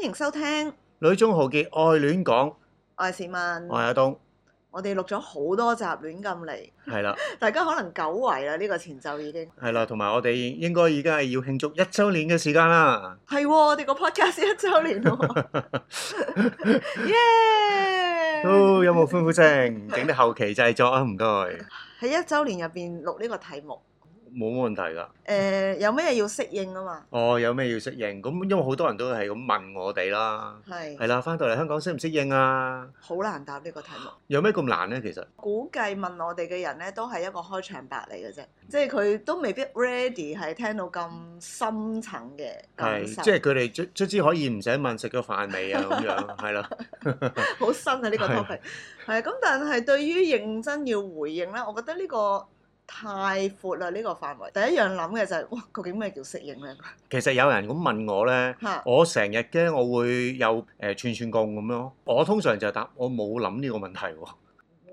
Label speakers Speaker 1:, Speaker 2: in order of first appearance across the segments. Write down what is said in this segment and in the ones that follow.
Speaker 1: 迎收聽《
Speaker 2: 女中豪傑愛戀講，
Speaker 1: 愛是問
Speaker 2: 我》，係阿東，
Speaker 1: 我哋錄咗好多集亂咁嚟，
Speaker 2: 係啦，
Speaker 1: 大家可能久違啦，呢個前奏已經
Speaker 2: 係啦，同埋我哋應該而家係要慶祝一週年嘅時間啦，
Speaker 1: 係喎，我哋個 podcast 一週年 喎，耶！
Speaker 2: 都有冇歡呼聲？整啲後期製作啊，唔該，
Speaker 1: 喺一週年入邊錄呢個題目，
Speaker 2: 冇問題㗎。
Speaker 1: 誒、有咩嘢要適應啊嘛？
Speaker 2: 哦，有咩要適應？咁因為好多人都係咁問我哋啦，係
Speaker 1: 係
Speaker 2: 啦，翻到嚟香港適唔適應啊？
Speaker 1: 好難答呢個題目，
Speaker 2: 有咩咁難呢？其實
Speaker 1: 估計問我哋嘅人咧都係一個開場白嚟嘅啫，即係佢都未必 ready 係聽到咁深層嘅感
Speaker 2: 係
Speaker 1: 受，
Speaker 2: 即係佢哋卒卒之可以唔使問食咗飯未啊咁樣，係啦，
Speaker 1: 好新啊！呢、個
Speaker 2: 係
Speaker 1: topic 係啊咁，但係對於認真要回應咧，我覺得呢個太闊啦，呢、個範圍。第一樣諗嘅就係、哇，究竟咩叫適應咧？
Speaker 2: 其實有人咁問我呢。
Speaker 1: 嚇，
Speaker 2: 我成日咧，我會有誒、呃串串貢咁樣咯。我通常就答我冇諗呢個問題喎，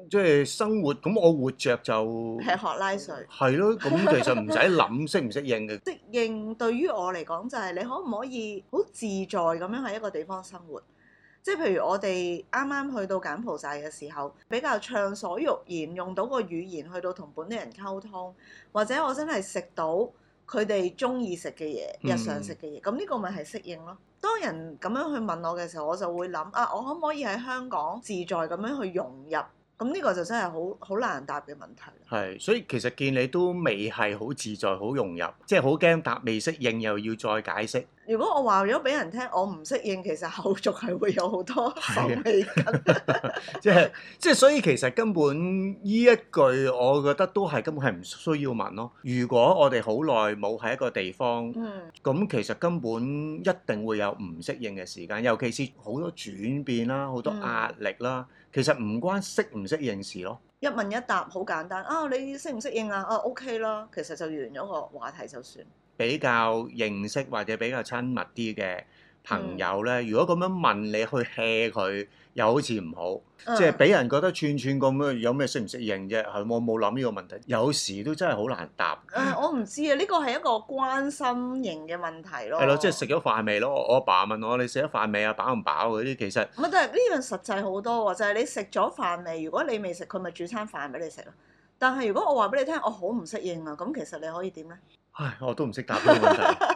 Speaker 2: 即係生活咁我活着就
Speaker 1: 吃喝拉水
Speaker 2: 係咯。咁其實唔使諗適唔適應嘅，
Speaker 1: 適應對於我嚟講就係你可唔可以好自在咁樣喺一個地方生活？即係譬如我哋啱啱去到柬埔寨嘅時候，比較暢所欲言，用到個語言去到同本地人溝通，或者我真係食到佢哋中意食嘅嘢，
Speaker 2: 嗯
Speaker 1: 日常食嘅嘢，咁呢個咪係適應咯。當人咁樣去問我嘅時候，我就會諗啊，我可唔可以喺香港自在咁樣去融入？咁呢個就真係好好難答嘅問題啦。
Speaker 2: 係所以其實見你都未係好自在、好融入，即係好驚答未適應又要再解釋。
Speaker 1: 如果我話咗俾人聽，我唔適應，其實後續係會有好多手
Speaker 2: 係啊
Speaker 1: 尾 跟。
Speaker 2: 即係即係，所以其實根本呢一句，我覺得都係根本係唔需要問咯。如果我哋好耐冇喺一個地方，
Speaker 1: 嗯，
Speaker 2: 咁其實根本一定會有唔適應嘅時間，尤其是好多轉變啦、好多壓力啦，其實唔關適唔適應事咯。
Speaker 1: 一問一答好簡單啊！你適唔適應啊？啊，OK 啦，其實就完咗個話題就算。
Speaker 2: 比較認識或者比較親密啲嘅朋友呢，如果咁樣問你去 hea 佢，又好似唔好，
Speaker 1: 嗯
Speaker 2: 即係俾人覺得串串咁樣，有咩適唔適應啫？係我冇諗呢個問題，有時都真係好難答。
Speaker 1: 嗯啊我唔知啊，呢個係一個關心型嘅問題咯。
Speaker 2: 係咯，即係食咗飯未咯？我我阿爸問我你食咗飯未啊？飽唔飽嗰啲，其實
Speaker 1: 唔係，啊但係呢樣實際好多喎，就係、你食咗飯未？如果你未食，佢咪煮餐飯俾你食咯。但係如果我話俾你聽，我好唔適應啊，咁其實你可以點咧？
Speaker 2: 唉，我都唔識答呢個 問題。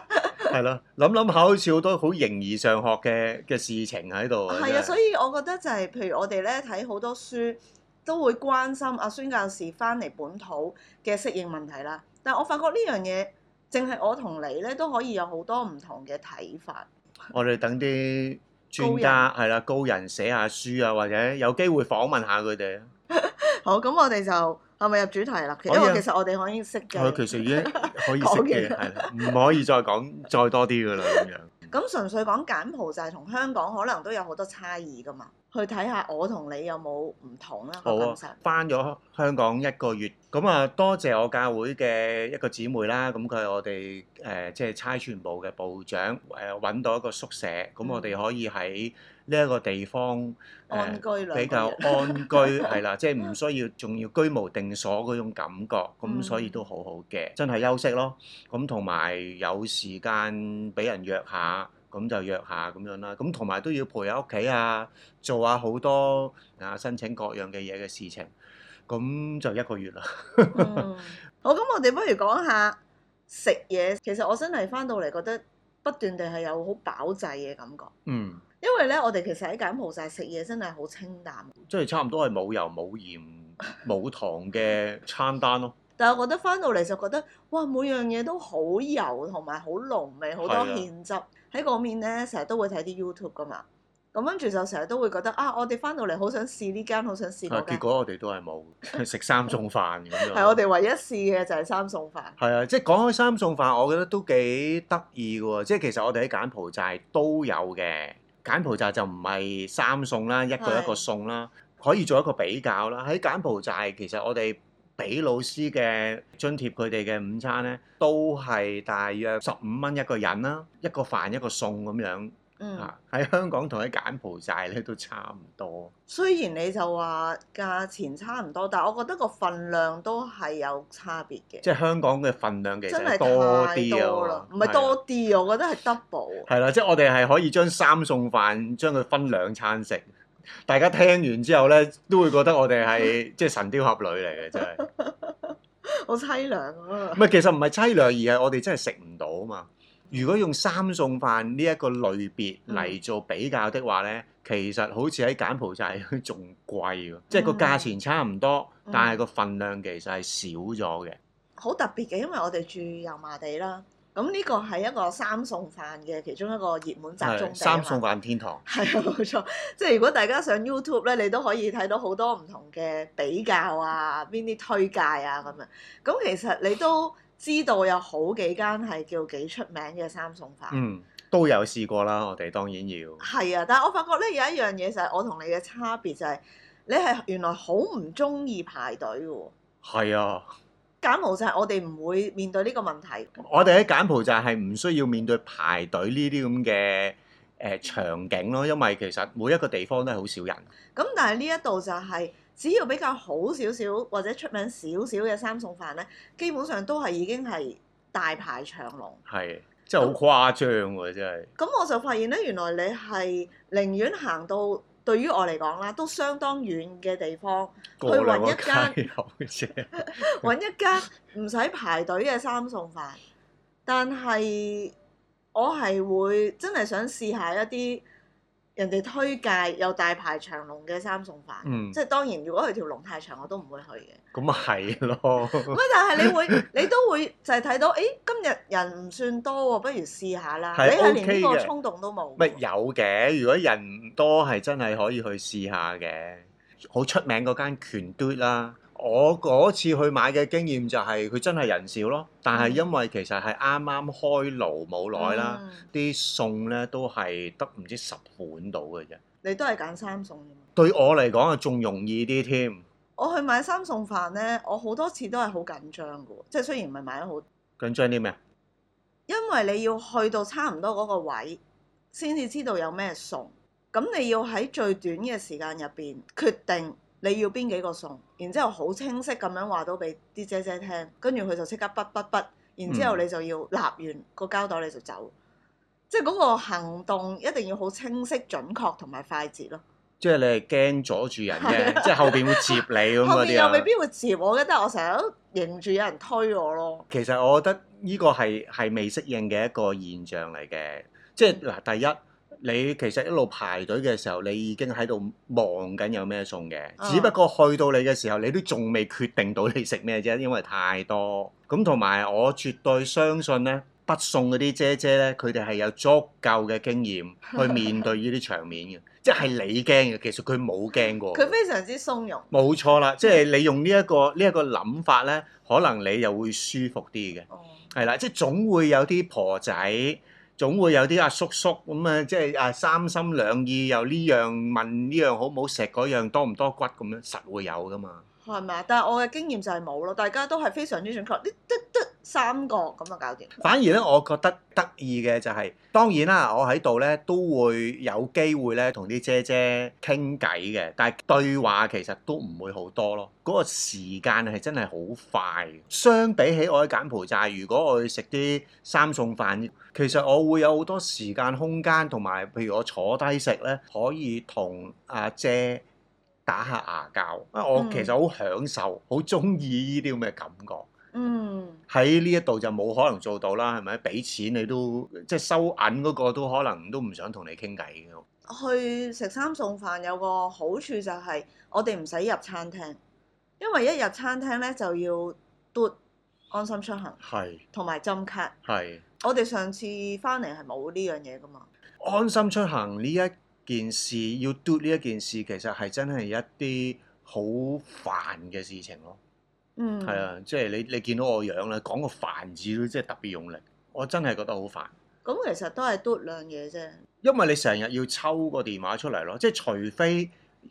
Speaker 2: 係啦，諗諗下好似好多好形而上學嘅嘅事情喺度。
Speaker 1: 係啊，所以我覺得就係、譬如我哋咧睇好多書，都會關心阿孫教士翻嚟本土嘅適應問題啦。但我發覺呢樣嘢，淨係我同你咧都可以有好多唔同嘅睇法。
Speaker 2: 我哋等啲專家係啦，高人寫下書啊，或者有機會訪問下佢哋。
Speaker 1: 好，咁我哋就係咪入主題啦？因
Speaker 2: 可以啊
Speaker 1: 為其實我哋可以識
Speaker 2: 我
Speaker 1: 嘅
Speaker 2: 其。實已 經可以識
Speaker 1: 講
Speaker 2: 嘅，
Speaker 1: 完
Speaker 2: 係啦，唔可以再講再多啲噶啦咁樣。
Speaker 1: 咁純粹講柬埔寨同香港可能都有好多差異噶嘛，去睇下我同你有冇唔同啦
Speaker 2: 好
Speaker 1: 個
Speaker 2: 啊
Speaker 1: 感受。，
Speaker 2: 翻咗香港一個月，咁啊多謝我教會嘅一個姊妹啦，咁佢係我哋誒、呃即係差傳部嘅部長誒揾、到一個宿舍，咁我哋可以喺呢一個地方、呃
Speaker 1: 安居兩個
Speaker 2: 比較
Speaker 1: 人
Speaker 2: 安居係啦，即係唔需要仲要居無定所嗰種感覺，咁
Speaker 1: 嗯
Speaker 2: 所以都好好嘅，真係休息咯，咁同埋有時間俾人約下。咁就約下咁樣啦，咁同埋都要陪喺屋企啊，做下好多啊申請各樣嘅嘢嘅事情，咁就一個月啦。
Speaker 1: 嗯，好，咁我哋不如講下食嘢。其實我真係翻到嚟覺得不斷地係有好飽滯嘅感覺，
Speaker 2: 嗯，
Speaker 1: 因為咧我哋其實喺柬埔寨食嘢真係好清淡，
Speaker 2: 即係差唔多係冇油冇鹽冇糖嘅餐單咯。
Speaker 1: 但係我覺得翻到嚟就覺得哇每樣嘢都好油同埋好濃味，好多
Speaker 2: 係啊
Speaker 1: 芡汁喺嗰面咧，成日都會睇啲 YouTube 噶嘛。咁跟住就成日都會覺得啊，我哋翻到嚟好想試呢間，好想試
Speaker 2: 啊，
Speaker 1: 嗰
Speaker 2: 結
Speaker 1: 間。
Speaker 2: 果我哋都係冇食三餸飯咁樣。
Speaker 1: 係我哋唯一試嘅就係三餸飯。
Speaker 2: 係啊，即係講開三餸飯，我覺得都幾得意嘅喎。即係其實我哋喺柬埔寨都有嘅，柬埔寨就唔係三餸啦，一個
Speaker 1: 係
Speaker 2: 一個餸啦，可以做一個比較啦。喺柬埔寨其實我哋俾老師嘅津貼佢哋嘅午餐呢，都係大約十五蚊一個人啦，一個飯一個餸咁樣。
Speaker 1: 嗯，
Speaker 2: 啊，喺香港同喺柬埔寨咧都差唔多。
Speaker 1: 雖然你就話價錢差唔多，但係我覺得個份量都係有差別嘅，
Speaker 2: 即係香港嘅份量其
Speaker 1: 真係
Speaker 2: 實多
Speaker 1: 太多
Speaker 2: 啲
Speaker 1: 啦
Speaker 2: 啊，，
Speaker 1: 唔係
Speaker 2: 係啊。
Speaker 1: 多啲，我覺得係 double 啊。
Speaker 2: 係啦，即係我哋係可以將三餸飯將佢分兩餐食。大家聽完之後咧，都會覺得我哋係即係神雕俠侶嚟嘅，真係。
Speaker 1: 好凄涼啊
Speaker 2: 唔！係，其實唔係凄涼，而係我哋真係食唔到啊嘛。如果用三餸飯呢一個類別
Speaker 1: 嗯
Speaker 2: 嚟做比較的話咧，其實好似喺柬埔寨 仲貴喎，即係個價錢差唔多，
Speaker 1: 嗯
Speaker 2: 但係個份量其實係少咗嘅。
Speaker 1: 好特別嘅，因為我哋住油麻地啦，咁呢個係一個三餸飯嘅其中一個熱門集中
Speaker 2: 係
Speaker 1: 地
Speaker 2: 三
Speaker 1: 啊
Speaker 2: 餸
Speaker 1: 嘛。
Speaker 2: 飯天堂，
Speaker 1: 係啊，冇錯。即係如果大家上 YouTube 咧，你都可以睇到好多唔同嘅比較啊，邊啲推介啊咁樣。咁其實你都知道有好幾間係叫幾出名嘅三餸飯。
Speaker 2: 嗯，都有試過啦。我哋當然要
Speaker 1: 係啊，但係我發覺咧有一樣嘢就係我同你嘅差別就係、你係原來好唔中意排隊嘅喎。
Speaker 2: 係啊。
Speaker 1: 柬埔寨我哋唔會面對呢個問題。
Speaker 2: 我哋喺柬埔寨係唔需要面對排隊呢啲咁嘅誒場景
Speaker 1: 嗯
Speaker 2: 咯，因為其實每一個地方都係好少人。
Speaker 1: 咁但係呢一度就係、只要比較好少少或者出名少少嘅三餸飯咧，基本上都係已經係大排長龍。
Speaker 2: 係，真係好誇張喎！真
Speaker 1: 咁我就發現咧，原來你係寧願行到對於我嚟講啦，都相當遠嘅地方，
Speaker 2: 係過兩
Speaker 1: 去揾
Speaker 2: 個
Speaker 1: 一
Speaker 2: 街口啫。
Speaker 1: 揾一間唔使排隊嘅三餸飯。但係我係會真係想試下一啲人哋推介又大排長龍嘅三餸飯。
Speaker 2: 嗯
Speaker 1: 即，係當然，如果佢條龍太長，我都唔會去嘅。
Speaker 2: 咁啊係咯，
Speaker 1: 咁但係你會，你都會就係睇到，誒今日人唔算多喎，不如試下啦。
Speaker 2: 係
Speaker 1: 你係連呢
Speaker 2: OK
Speaker 1: 個
Speaker 2: 嘅
Speaker 1: 衝動都冇。
Speaker 2: 咪有嘅。如果人唔多，係真係可以去試下嘅。好出名嗰間拳嘟啦，我嗰次去買嘅經驗就係佢真係人少咯，但係因為其實係啱啱開爐冇耐啦，
Speaker 1: 嗯
Speaker 2: 啲餸咧都係得唔知十款到嘅啫。
Speaker 1: 你都係揀三餸啫嘛。
Speaker 2: 對我嚟講啊，仲容易啲添。
Speaker 1: 我去買三餸飯咧，我好多次都係好緊張嘅喎，即係雖然唔係買得好，
Speaker 2: 緊張啲咩啊？
Speaker 1: 因為你要去到差唔多嗰個位，先至知道有咩餸。咁你要喺最短嘅時間入邊決定你要邊幾個餸，然之後好清晰咁樣話到俾啲姐姐聽，跟住佢就即刻筆筆筆，然之後
Speaker 2: 嗯
Speaker 1: 你就要立完個膠袋你就走。即係嗰個行動一定要好清晰、準確同埋快捷咯。
Speaker 2: 即係你係驚阻住 人
Speaker 1: 係啊
Speaker 2: 啫，即係後邊會接你咁
Speaker 1: 後面
Speaker 2: 嗰啲
Speaker 1: 又未
Speaker 2: 啊。
Speaker 1: 必會接我嘅，但係我成日都迎住有人推我咯。
Speaker 2: 其實我覺得呢個係係未適應嘅一個現象嚟嘅，即係嗱，第一你其實一路排隊嘅時候，你已經喺度望緊有咩餸嘅，
Speaker 1: 嗯
Speaker 2: 只不過去到你嘅時候，你都仲未決定到你食咩啫，因為太多。咁同埋我絕對相信呢，北餸嗰啲姐姐呢，佢哋係有足夠嘅經驗去面對呢啲場面嘅，即係你驚嘅，其實佢冇驚過。
Speaker 1: 佢非常之鬆容。
Speaker 2: 冇錯啦，即係你用呢、一個呢一、個諗法咧，可能你又會舒服啲嘅，
Speaker 1: 哦，
Speaker 2: 係啦，即係總會有啲婆仔，總會有啲阿叔叔咁啊，即係啊三心兩意又呢樣問呢樣好唔好食，嗰樣多唔多骨咁樣，實會有噶嘛。
Speaker 1: 係咪啊？但係我嘅經驗就係冇咯，大家都係非常之準確，啲得得三個咁就搞掂。
Speaker 2: 反而咧，我覺得得意嘅就係、當然啦，我喺度咧都會有機會咧同啲姐姐傾偈嘅，但係對話其實都唔會好多咯。嗰、個時間係真係好快嘅。相比起我喺柬埔寨，如果我去食啲三餸飯，其實我會有好多時間空間，同埋譬如我坐低食咧，可以同阿姐。打下牙交，因為我
Speaker 1: 嗯
Speaker 2: 其實好享受，好中意呢啲咁嘅感覺。
Speaker 1: 嗯，
Speaker 2: 喺呢一度就冇可能做到啦，係咪？俾錢你都即係收銀嗰個都可能都唔想同你傾偈嘅。
Speaker 1: 去食三餸飯有個好處就係我哋唔使入餐廳，因為一入餐廳咧就要嘟安心出行
Speaker 2: 係
Speaker 1: 同埋針卡。
Speaker 2: 係
Speaker 1: 我哋上次翻嚟係冇呢樣嘢噶嘛。
Speaker 2: 安心出行呢一件事，要 do 呢一件事，其實係真係一啲好煩嘅事情咯。
Speaker 1: 嗯，
Speaker 2: 係、啊，即係你你見到我樣啦，講個煩字都即係特別用力，我真係覺得好煩。
Speaker 1: 咁其實都係嘟兩嘢啫。
Speaker 2: 因為你成日要抽個電話出嚟咯，即係除非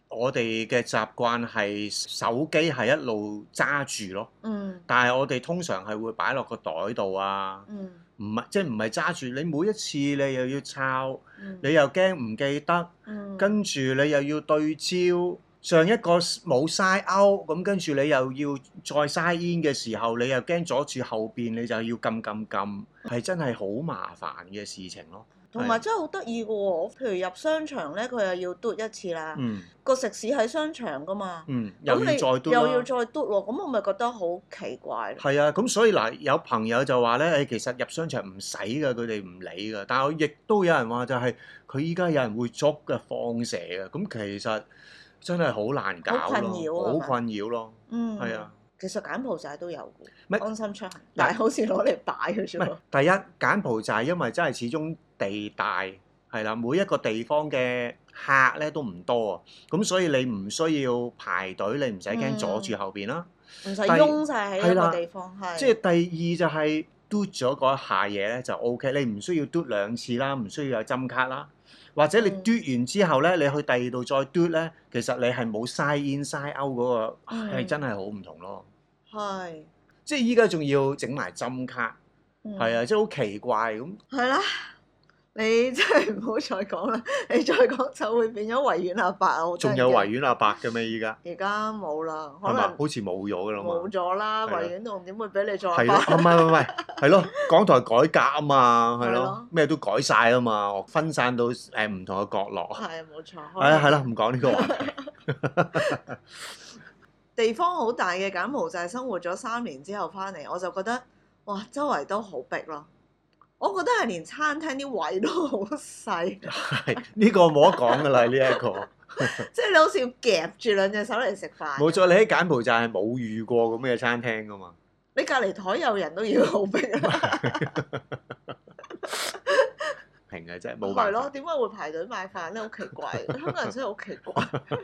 Speaker 2: 我哋嘅習慣係手機係一路揸住咯。
Speaker 1: 嗯
Speaker 2: 但係我哋通常係會擺落個袋度啊，
Speaker 1: 嗯
Speaker 2: 唔係即係唔係揸住你每一次你又要抄，
Speaker 1: 嗯
Speaker 2: 你又驚唔記得，
Speaker 1: 嗯
Speaker 2: 跟住你又要對焦。上一個冇嘥勾，咁跟住你又要再嘥煙嘅時候，你又驚阻住後邊，你就要撳撳撳，係真係好麻煩嘅事情咯。
Speaker 1: 同埋真係好得意嘅喎，譬如入商場咧，佢又要嘟一次啦，
Speaker 2: 嗯
Speaker 1: 個食肆喺商場噶嘛，
Speaker 2: 嗯，
Speaker 1: 啊咁
Speaker 2: 又要
Speaker 1: 你
Speaker 2: 再嘟
Speaker 1: 又
Speaker 2: 啦
Speaker 1: 要再嘟喎，咁我咪覺得好奇怪咯。
Speaker 2: 係啊，咁所以嗱，有朋友就話咧，誒、其實入商場唔使㗎，佢哋唔理㗎。但係我亦都有人話就係、佢依家有人會捉嘅放蛇嘅，咁其實真係好難搞
Speaker 1: 好困擾啊
Speaker 2: 咯，
Speaker 1: 係
Speaker 2: 好
Speaker 1: 嘛
Speaker 2: 困擾咯，
Speaker 1: 嗯，
Speaker 2: 係啊。
Speaker 1: 其實柬埔寨都有
Speaker 2: 咪
Speaker 1: 嘅，安心出行，但係好似攞嚟擺嘅啫
Speaker 2: 唔係
Speaker 1: 喎。
Speaker 2: 第一柬埔寨，因為真係始終地大係啦，每一個地方嘅客咧都唔多啊，咁所以你唔需要排隊，你唔使驚阻
Speaker 1: 嗯
Speaker 2: 住後邊啦。
Speaker 1: 唔使
Speaker 2: 第二
Speaker 1: 擁晒喺一
Speaker 2: 係啦
Speaker 1: 個地方，係
Speaker 2: 即係第二就係嘟咗嗰一下嘢咧就 O、k 你唔需要嘟兩次啦，唔需要有針卡啦，或者你
Speaker 1: 嗯
Speaker 2: 嘟完之後咧，你去第二度再嘟咧，其實你係冇嘥煙嘥勾嗰個
Speaker 1: 嗯
Speaker 2: 係、真係好唔同咯。
Speaker 1: 係
Speaker 2: 即係依家仲要整埋針卡，係、
Speaker 1: 啊，
Speaker 2: 啊，即係好奇怪咁。
Speaker 1: 係啦。你真係唔好再講啦，你再講就會變咗維園阿伯啊！我真係
Speaker 2: 仲有
Speaker 1: 驚
Speaker 2: 維園阿伯嘅咩？依家
Speaker 1: 而家冇啦，可
Speaker 2: 係嘛？
Speaker 1: 能
Speaker 2: 好似冇咗㗎啦
Speaker 1: 冇
Speaker 2: 嘛。
Speaker 1: 咗啦，
Speaker 2: 係啦
Speaker 1: 維園仲點會俾你再
Speaker 2: 係
Speaker 1: 擺
Speaker 2: 咯，啊唔係唔係唔係，係咯，港台改革啊嘛，係
Speaker 1: 係
Speaker 2: 咯
Speaker 1: 咯，
Speaker 2: 咩都改晒啊嘛，我分散到誒唔同嘅角落。
Speaker 1: 係啊，冇錯。
Speaker 2: 係啊，係啦，唔講呢個話題。
Speaker 1: 地方好大嘅柬埔寨生活咗三年之後翻嚟，我就覺得哇，周圍都好逼咯。我覺得係連餐廳啲位都好 細，
Speaker 2: 係呢個冇得講㗎啦，呢一
Speaker 1: 啊
Speaker 2: 個
Speaker 1: 即係你好似要夾住兩隻手嚟食飯。
Speaker 2: 冇錯。你喺柬埔寨係冇遇過咁嘅餐廳㗎嘛？
Speaker 1: 你隔離台有人都要好逼啊，
Speaker 2: 平 嘅 啫，冇
Speaker 1: 係
Speaker 2: 辦
Speaker 1: 咯？
Speaker 2: 法。
Speaker 1: 點解會排隊買飯咧？好奇 怪，香港人真係好奇怪。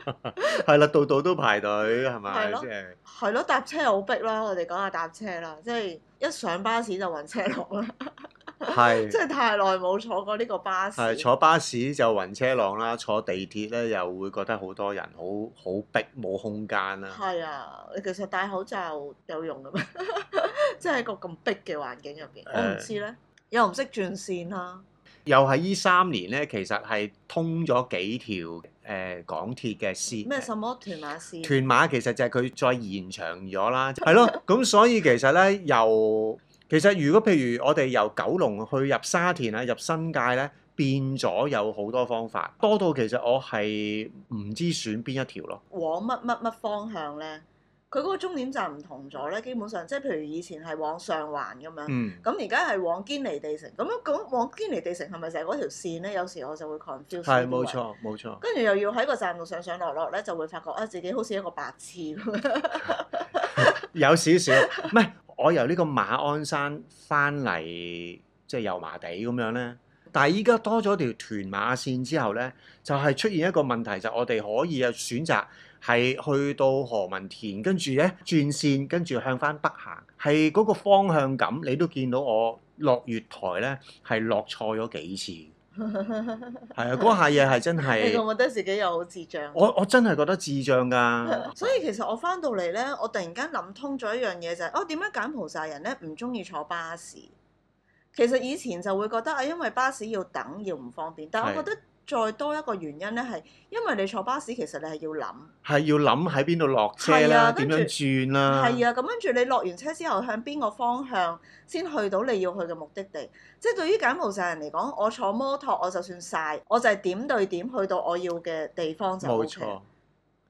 Speaker 2: 係啦，度度都排隊係咪？
Speaker 1: 係咯
Speaker 2: 即 係
Speaker 1: 係咯，搭車又好逼啦。我哋講下搭車啦，即係一上巴士就暈車落啦，即
Speaker 2: 係
Speaker 1: 係太耐冇坐過呢個巴士。
Speaker 2: 係坐巴士就暈車浪啦，坐地鐵咧又會覺得好多人，好好逼冇空間啦。
Speaker 1: 係啊，你其實戴口罩有用嘅咩？ 即係喺個咁逼嘅環境入邊，我唔知咧，又唔識轉線啦。
Speaker 2: 又係呢三年咧，其實係通咗幾條誒、呃港鐵嘅線。
Speaker 1: 咩什麼斷馬線？
Speaker 2: 斷碼其實就係佢再延長咗啦， 係咯，咁所以其實咧由其實如果譬如我哋由九龍去入沙田啊、入新界咧，變咗有好多方法，多到其實我係唔知選邊一條咯。
Speaker 1: 往乜乜乜方向咧？佢嗰個終點站唔同咗咧，基本上即係譬如以前係往上環咁樣，
Speaker 2: 嗯，
Speaker 1: 咁而家係往堅尼地城。咁樣咁往堅尼地城係咪就係嗰條線咧？有時我就會 confuse。
Speaker 2: 係冇。錯冇錯，
Speaker 1: 跟住又要喺個站度上上落落咧，就會發覺啊自己好似一個白痴咁樣。
Speaker 2: 有少少 唔係我由呢個馬鞍山翻嚟即係油麻地咁樣咧。但係依家多咗條屯馬線之後咧，就係、出現一個問題，就我哋可以啊選擇係去到何文田，跟住咧轉線，跟住向翻北行，係嗰個方向感，你都見到我落月台咧係落錯咗幾次， 係啊，嗰下嘢係真
Speaker 1: 你覺
Speaker 2: 係，
Speaker 1: 唔覺得自己又好智障？
Speaker 2: 我我真係覺得智障 㗎，
Speaker 1: 所以其實我翻到嚟呢，我突然間諗通咗一樣嘢就係、哦點解柬埔寨人呢唔中意坐巴士？其實以前就會覺得啊，因為巴士要等，要唔方便。但
Speaker 2: 係
Speaker 1: 係我覺得再多一個原因呢，係因為你坐巴士其實你係要諗，
Speaker 2: 係要諗喺邊度落車
Speaker 1: 係
Speaker 2: 啦，
Speaker 1: 啊
Speaker 2: 點
Speaker 1: 跟住
Speaker 2: 樣轉啦，
Speaker 1: 係啊，咁跟住你落完車之後向邊個方向先去到你要去嘅目的地？即係對於柬埔寨人嚟講，我坐摩托我就算晒，我就係點對點去到我要嘅地方就 O、
Speaker 2: 冇
Speaker 1: k
Speaker 2: 錯，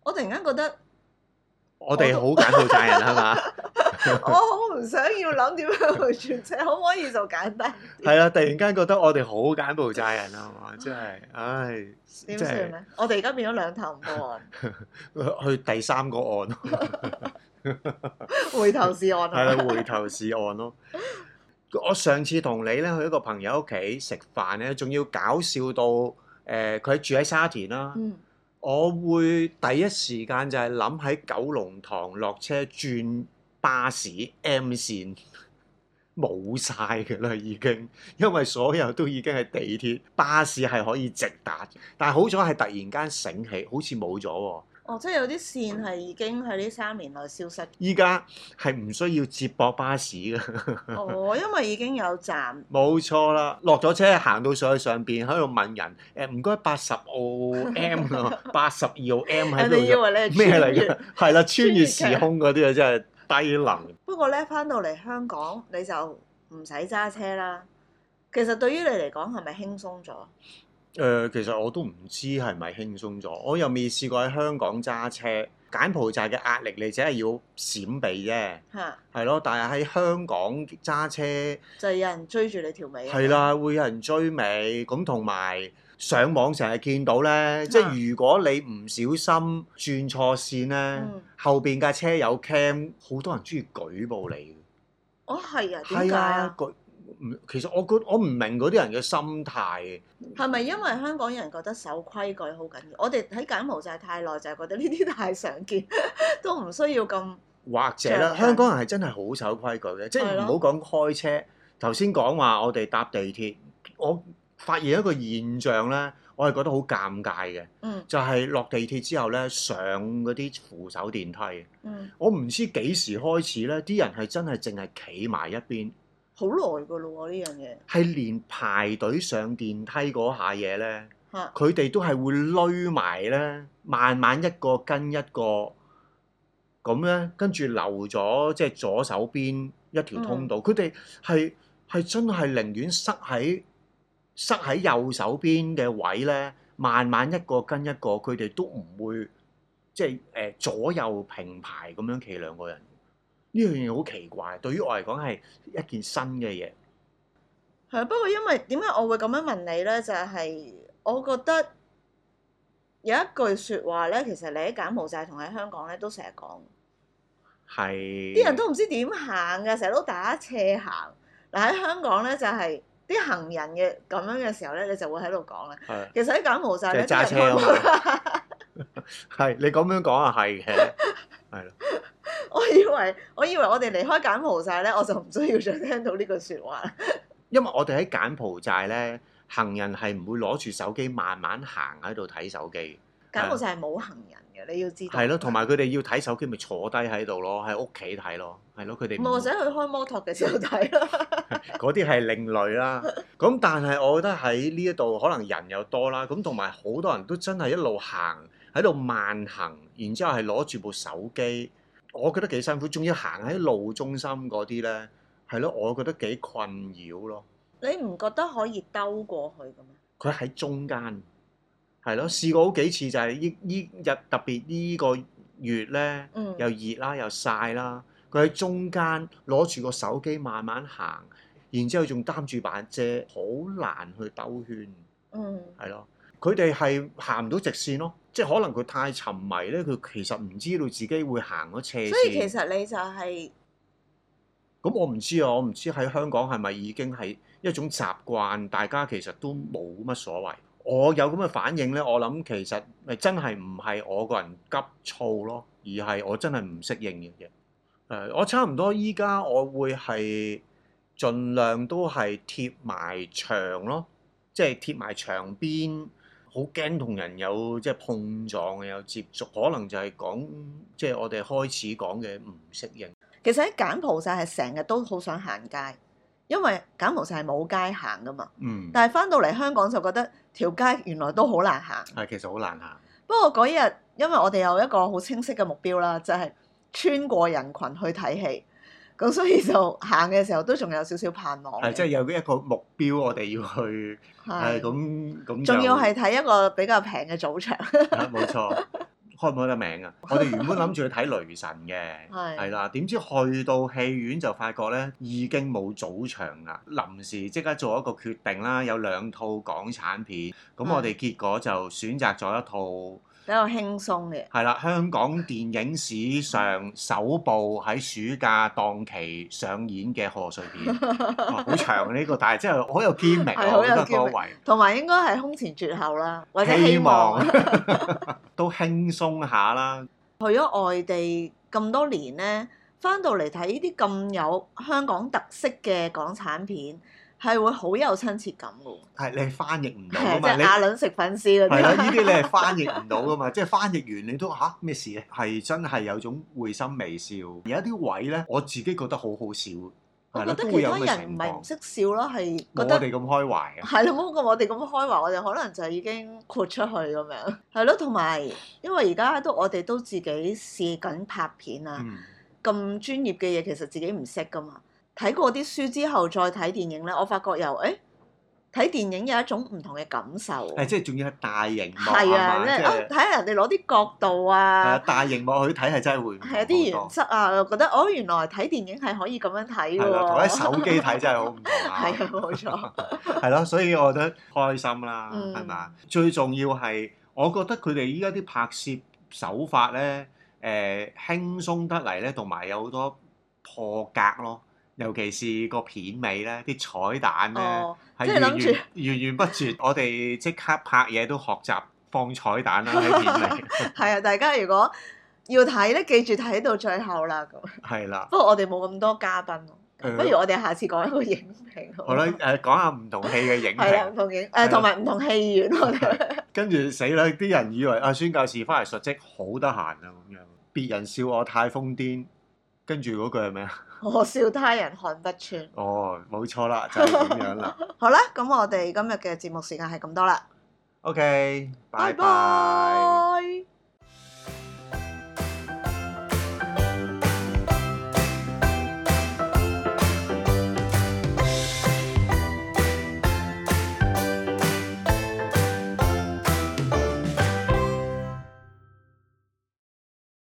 Speaker 1: 我突然間覺得。
Speaker 2: 我哋好柬埔寨人係嘛？
Speaker 1: 我好唔想要諗點樣去轉車，可唔可以就簡單啲？
Speaker 2: 係啦，突然間覺得我哋好柬埔寨人啊嘛，真係，唉，即
Speaker 1: 點算啊
Speaker 2: 係
Speaker 1: 咧？我哋而家變咗兩頭唔到岸，
Speaker 2: 去第三個 岸咯，
Speaker 1: 回頭是岸
Speaker 2: 係
Speaker 1: 啊！
Speaker 2: 啦，回頭是岸咯。我上次同你咧去一個朋友屋企食飯咧，仲要搞笑到誒，呃佢、住喺沙田啦。
Speaker 1: 嗯，
Speaker 2: 我會第一時間就係諗喺九龍塘落車轉巴士 M 線，冇晒㗎啦已經，因為所有都已經係地鐵，巴士係可以直達，但係好彩係突然間醒起，好似冇咗喎，
Speaker 1: 哦，即係有啲線係已經喺呢三年內消 失。
Speaker 2: 依家係唔需要接駁巴士嘅，
Speaker 1: 哦，因為已經有站。
Speaker 2: 冇錯啦。落咗車行到上去上邊，喺度問人誒，唔該八十澳 M 啊，八十二澳 M 喺
Speaker 1: 人哋以
Speaker 2: 度
Speaker 1: 為你係
Speaker 2: 咩
Speaker 1: 穿
Speaker 2: 嚟
Speaker 1: 越
Speaker 2: 㗎？係啦，穿越
Speaker 1: 穿越
Speaker 2: 時
Speaker 1: 劇
Speaker 2: 空嗰啲啊，真係低能。
Speaker 1: 不過咧，翻到嚟香港你就唔使揸車啦。其實對於你嚟講係咪輕鬆咗？
Speaker 2: 誒、其實我都唔知係咪輕鬆咗，我又未試過喺香港揸車。柬埔寨嘅壓力你只係要閃避啫，
Speaker 1: 嚇，
Speaker 2: 係咯。但係喺香港揸車
Speaker 1: 就係有人追住你條尾。啊
Speaker 2: 係。啦，
Speaker 1: 嗯
Speaker 2: 會有人追尾，咁同埋上網成日見到
Speaker 1: 啊
Speaker 2: 咧，即係如果你唔小心轉錯線咧，
Speaker 1: 嗯
Speaker 2: 後邊架車有 cam，好多人中意舉報你。
Speaker 1: 哦，係啊，點
Speaker 2: 係
Speaker 1: 解啊？
Speaker 2: 舉唔其實我覺我唔明嗰啲人嘅心態嘅。
Speaker 1: 係咪因為香港人覺得守規矩好緊要？我哋喺柬埔寨太耐，就係覺得呢啲 太常見，都唔需要咁。
Speaker 2: 或者啦，
Speaker 1: 着緊
Speaker 2: 香港人係真係好守規矩嘅，即係
Speaker 1: 係咯
Speaker 2: 唔好講開車。頭先講話我哋搭地鐵，我發現一個現象咧，我係覺得好尷尬嘅，
Speaker 1: 嗯
Speaker 2: 就係、落地鐵之後咧，上嗰啲扶手電梯，
Speaker 1: 嗯，
Speaker 2: 我唔知幾時開始咧，啲人係真係淨係企埋一邊，
Speaker 1: 好耐㗎咯喎呢樣嘢
Speaker 2: 係連排隊上電梯嗰下嘢咧，
Speaker 1: 嚇。
Speaker 2: 佢哋都係會攏埋咧，慢慢一個跟一個咁咧，跟住留咗即係左手邊一條通道。佢哋係係真係寧願塞喺塞喺右手邊嘅位咧，慢慢一個跟一個，佢哋都唔會即係誒、呃左右平排咁樣企兩個人。呢樣嘢好奇怪，對於我嚟講係一件新嘅嘢。
Speaker 1: 係，啊不過因為點解我會咁樣問你咧？就係、我覺得有一句説話咧，其實你喺柬埔寨同喺香港咧都成日講，
Speaker 2: 係
Speaker 1: 啲人都唔知點行嘅，成日都打斜行。嗱喺香港咧就係、啲行人嘅咁樣嘅時候咧，你就會喺度講啦。
Speaker 2: 係
Speaker 1: 其實喺柬埔寨咧，
Speaker 2: 就係揸
Speaker 1: 啊啲人
Speaker 2: 車啊 係你咁樣講啊，係嘅。
Speaker 1: 我以為我以為我哋離開柬埔寨咧，我就唔需要再聽到呢句説話啦。
Speaker 2: 因為我哋喺柬埔寨咧，行人係唔會攞住手機慢慢行喺度睇手機，
Speaker 1: 柬埔寨係冇行人嘅，你要知道。
Speaker 2: 係咯，同埋佢哋要睇手機咪坐低喺度咯，喺屋企睇咯，係咯，佢哋唔
Speaker 1: 或者去開摩托嘅時 候睇啦。
Speaker 2: 嗰啲係另類啦。咁但係我覺得喺呢一度可能人又多啦，咁同埋好多人都真係一路行喺度慢行，然之後係攞住部手機，我覺得幾辛苦，仲要行喺路中心嗰啲咧，係咯，我覺得幾困擾咯。
Speaker 1: 你唔覺得可以兜過去嘅咩？
Speaker 2: 佢喺中間，係咯，試過好幾次就係依依日特別呢個月咧，
Speaker 1: 嗯，
Speaker 2: 又熱啦又晒啦，佢喺中間攞住個手機慢慢行，然之後仲擔住把遮，好難去兜圈，
Speaker 1: 嗯，
Speaker 2: 係咯。佢哋係行唔到直線咯，即係可能佢太沉迷咧，佢其實唔知道自己會行咗斜
Speaker 1: 所以其
Speaker 2: 線。
Speaker 1: 實你就係、
Speaker 2: 咁我唔知啊，我唔知喺香港係咪已經係一種習慣，大家其實都冇乜所謂。我有咁嘅反應呢，我諗其實咪真係唔係我個人急躁咯，而係我真係唔適應嘅嘢。誒、我差唔多依家我會係盡量都係貼埋牆咯，即係貼埋牆邊，好驚同人有即係碰撞有接觸，可能就係講即係我哋開始講嘅唔適應。
Speaker 1: 其實喺柬埔寨係成日都好想行街，因為柬埔寨係冇街行噶嘛。
Speaker 2: 嗯。
Speaker 1: 但係翻到嚟香港就覺得條街原來都好難行。
Speaker 2: 係，其實好難行。
Speaker 1: 不過嗰日因為我哋有一個好清晰嘅目標啦，就係、穿過人群去睇戲，咁所以就行嘅時候都仲有少少盼望嘅。
Speaker 2: 係，即係有一個目標，我哋要去係
Speaker 1: 係
Speaker 2: 咁咁就。
Speaker 1: 仲要係睇一個比較平嘅早 場。
Speaker 2: 啊冇錯，開唔開得名啊？我哋原本諗住去睇雷神嘅，
Speaker 1: 係
Speaker 2: 係啦，點知去到戲院就發覺咧已經冇早場啦，臨時即刻做一個決定啦，有兩套港產片，咁我哋結果就選擇咗一套。
Speaker 1: 比較輕鬆嘅。
Speaker 2: 係啦，香港電影史上首部喺暑假檔期上演嘅賀歲片，哇好長啊呢個，但係真係好有堅明
Speaker 1: 係
Speaker 2: 啊！
Speaker 1: 好
Speaker 2: 我覺得
Speaker 1: 有
Speaker 2: 各
Speaker 1: 堅
Speaker 2: 位
Speaker 1: 同埋應該係空前絕後啦，或者希望啊
Speaker 2: 都輕鬆下啦，
Speaker 1: 去咗外地咁多年呢，翻到嚟睇呢啲咁有香港特色嘅港產片，係會好有親切感嘅喎，
Speaker 2: 係你翻譯唔到
Speaker 1: 係
Speaker 2: 噶
Speaker 1: 即
Speaker 2: 嘛？
Speaker 1: 係
Speaker 2: 你
Speaker 1: 阿倫食粉絲嗰
Speaker 2: 係啦，呢
Speaker 1: 啲，
Speaker 2: 啲你係翻譯唔到噶嘛，即係翻譯完你都吓咩事啊？係真係有種會心微笑，有一啲位咧，我自己覺得好好笑，
Speaker 1: 我
Speaker 2: 係
Speaker 1: 覺
Speaker 2: 啦，
Speaker 1: 得
Speaker 2: 都
Speaker 1: 其
Speaker 2: 會有
Speaker 1: 他
Speaker 2: 咁嘅
Speaker 1: 人唔
Speaker 2: 情
Speaker 1: 係唔
Speaker 2: 況。
Speaker 1: 識笑咯，係覺
Speaker 2: 冇
Speaker 1: 得
Speaker 2: 我。哋咁開懷啊嘅，
Speaker 1: 係咯，冇過我哋咁開話，我哋可能就已經豁出去咁 樣，係咯。同埋因為而家都我哋都自己試緊拍片啊，
Speaker 2: 嗯，
Speaker 1: 咁、專業嘅嘢其實自己唔識噶嘛。睇過啲書之後再睇電影咧，我發覺又誒睇、電影有一種唔同嘅感受喎。
Speaker 2: 係即係仲要係大型幕
Speaker 1: 係啊，
Speaker 2: 嘛
Speaker 1: 即
Speaker 2: 即
Speaker 1: 係啊
Speaker 2: 係
Speaker 1: 睇下人哋攞啲角度
Speaker 2: 係啊
Speaker 1: 啊，
Speaker 2: 大型幕去睇係真係會唔同
Speaker 1: 係啊啲
Speaker 2: 好
Speaker 1: 原
Speaker 2: 多
Speaker 1: 則啊，又覺得哦原來睇電影係可以咁樣睇嘅
Speaker 2: 係啦，同
Speaker 1: 喎。
Speaker 2: 喺手機睇真係好唔同 啊
Speaker 1: 係啊，，冇 錯。
Speaker 2: 係咯，所以我覺得開心啦，
Speaker 1: 嗯
Speaker 2: 係嘛？最重要係，我覺得佢哋依家啲拍攝手法咧，誒、輕鬆得嚟咧，同埋有好多破格咯。尤其是個片尾咧，啲彩蛋咧
Speaker 1: 哦，
Speaker 2: 係
Speaker 1: 即係
Speaker 2: 源
Speaker 1: 諗住
Speaker 2: 源源源不 絕。我哋即刻拍嘢都學習放彩蛋啦喺 片尾，
Speaker 1: 係啊，大家如果要睇咧，記住睇到最後啦。 咁
Speaker 2: 係啦。
Speaker 1: 不過我哋冇咁多嘉賓咯，
Speaker 2: 誒
Speaker 1: 不如我哋下次講一個影評
Speaker 2: 好啦，誒、講下唔同戲嘅影
Speaker 1: 係啦，
Speaker 2: 評
Speaker 1: 唔。同影
Speaker 2: 係啦
Speaker 1: 誒同埋唔同戲院我 哋。
Speaker 2: 跟住死啦！啲人以為阿孫教士翻嚟述職好得閒啊咁樣，別人笑我太瘋癲，跟住嗰句係咩啊？
Speaker 1: 我笑他人看不穿。
Speaker 2: 哦，冇錯啦，就係、咁樣啦。
Speaker 1: 好啦，咁我哋今日嘅節目時間係咁多啦，
Speaker 2: OK，拜
Speaker 1: 拜
Speaker 2: 拜。
Speaker 1: 拜。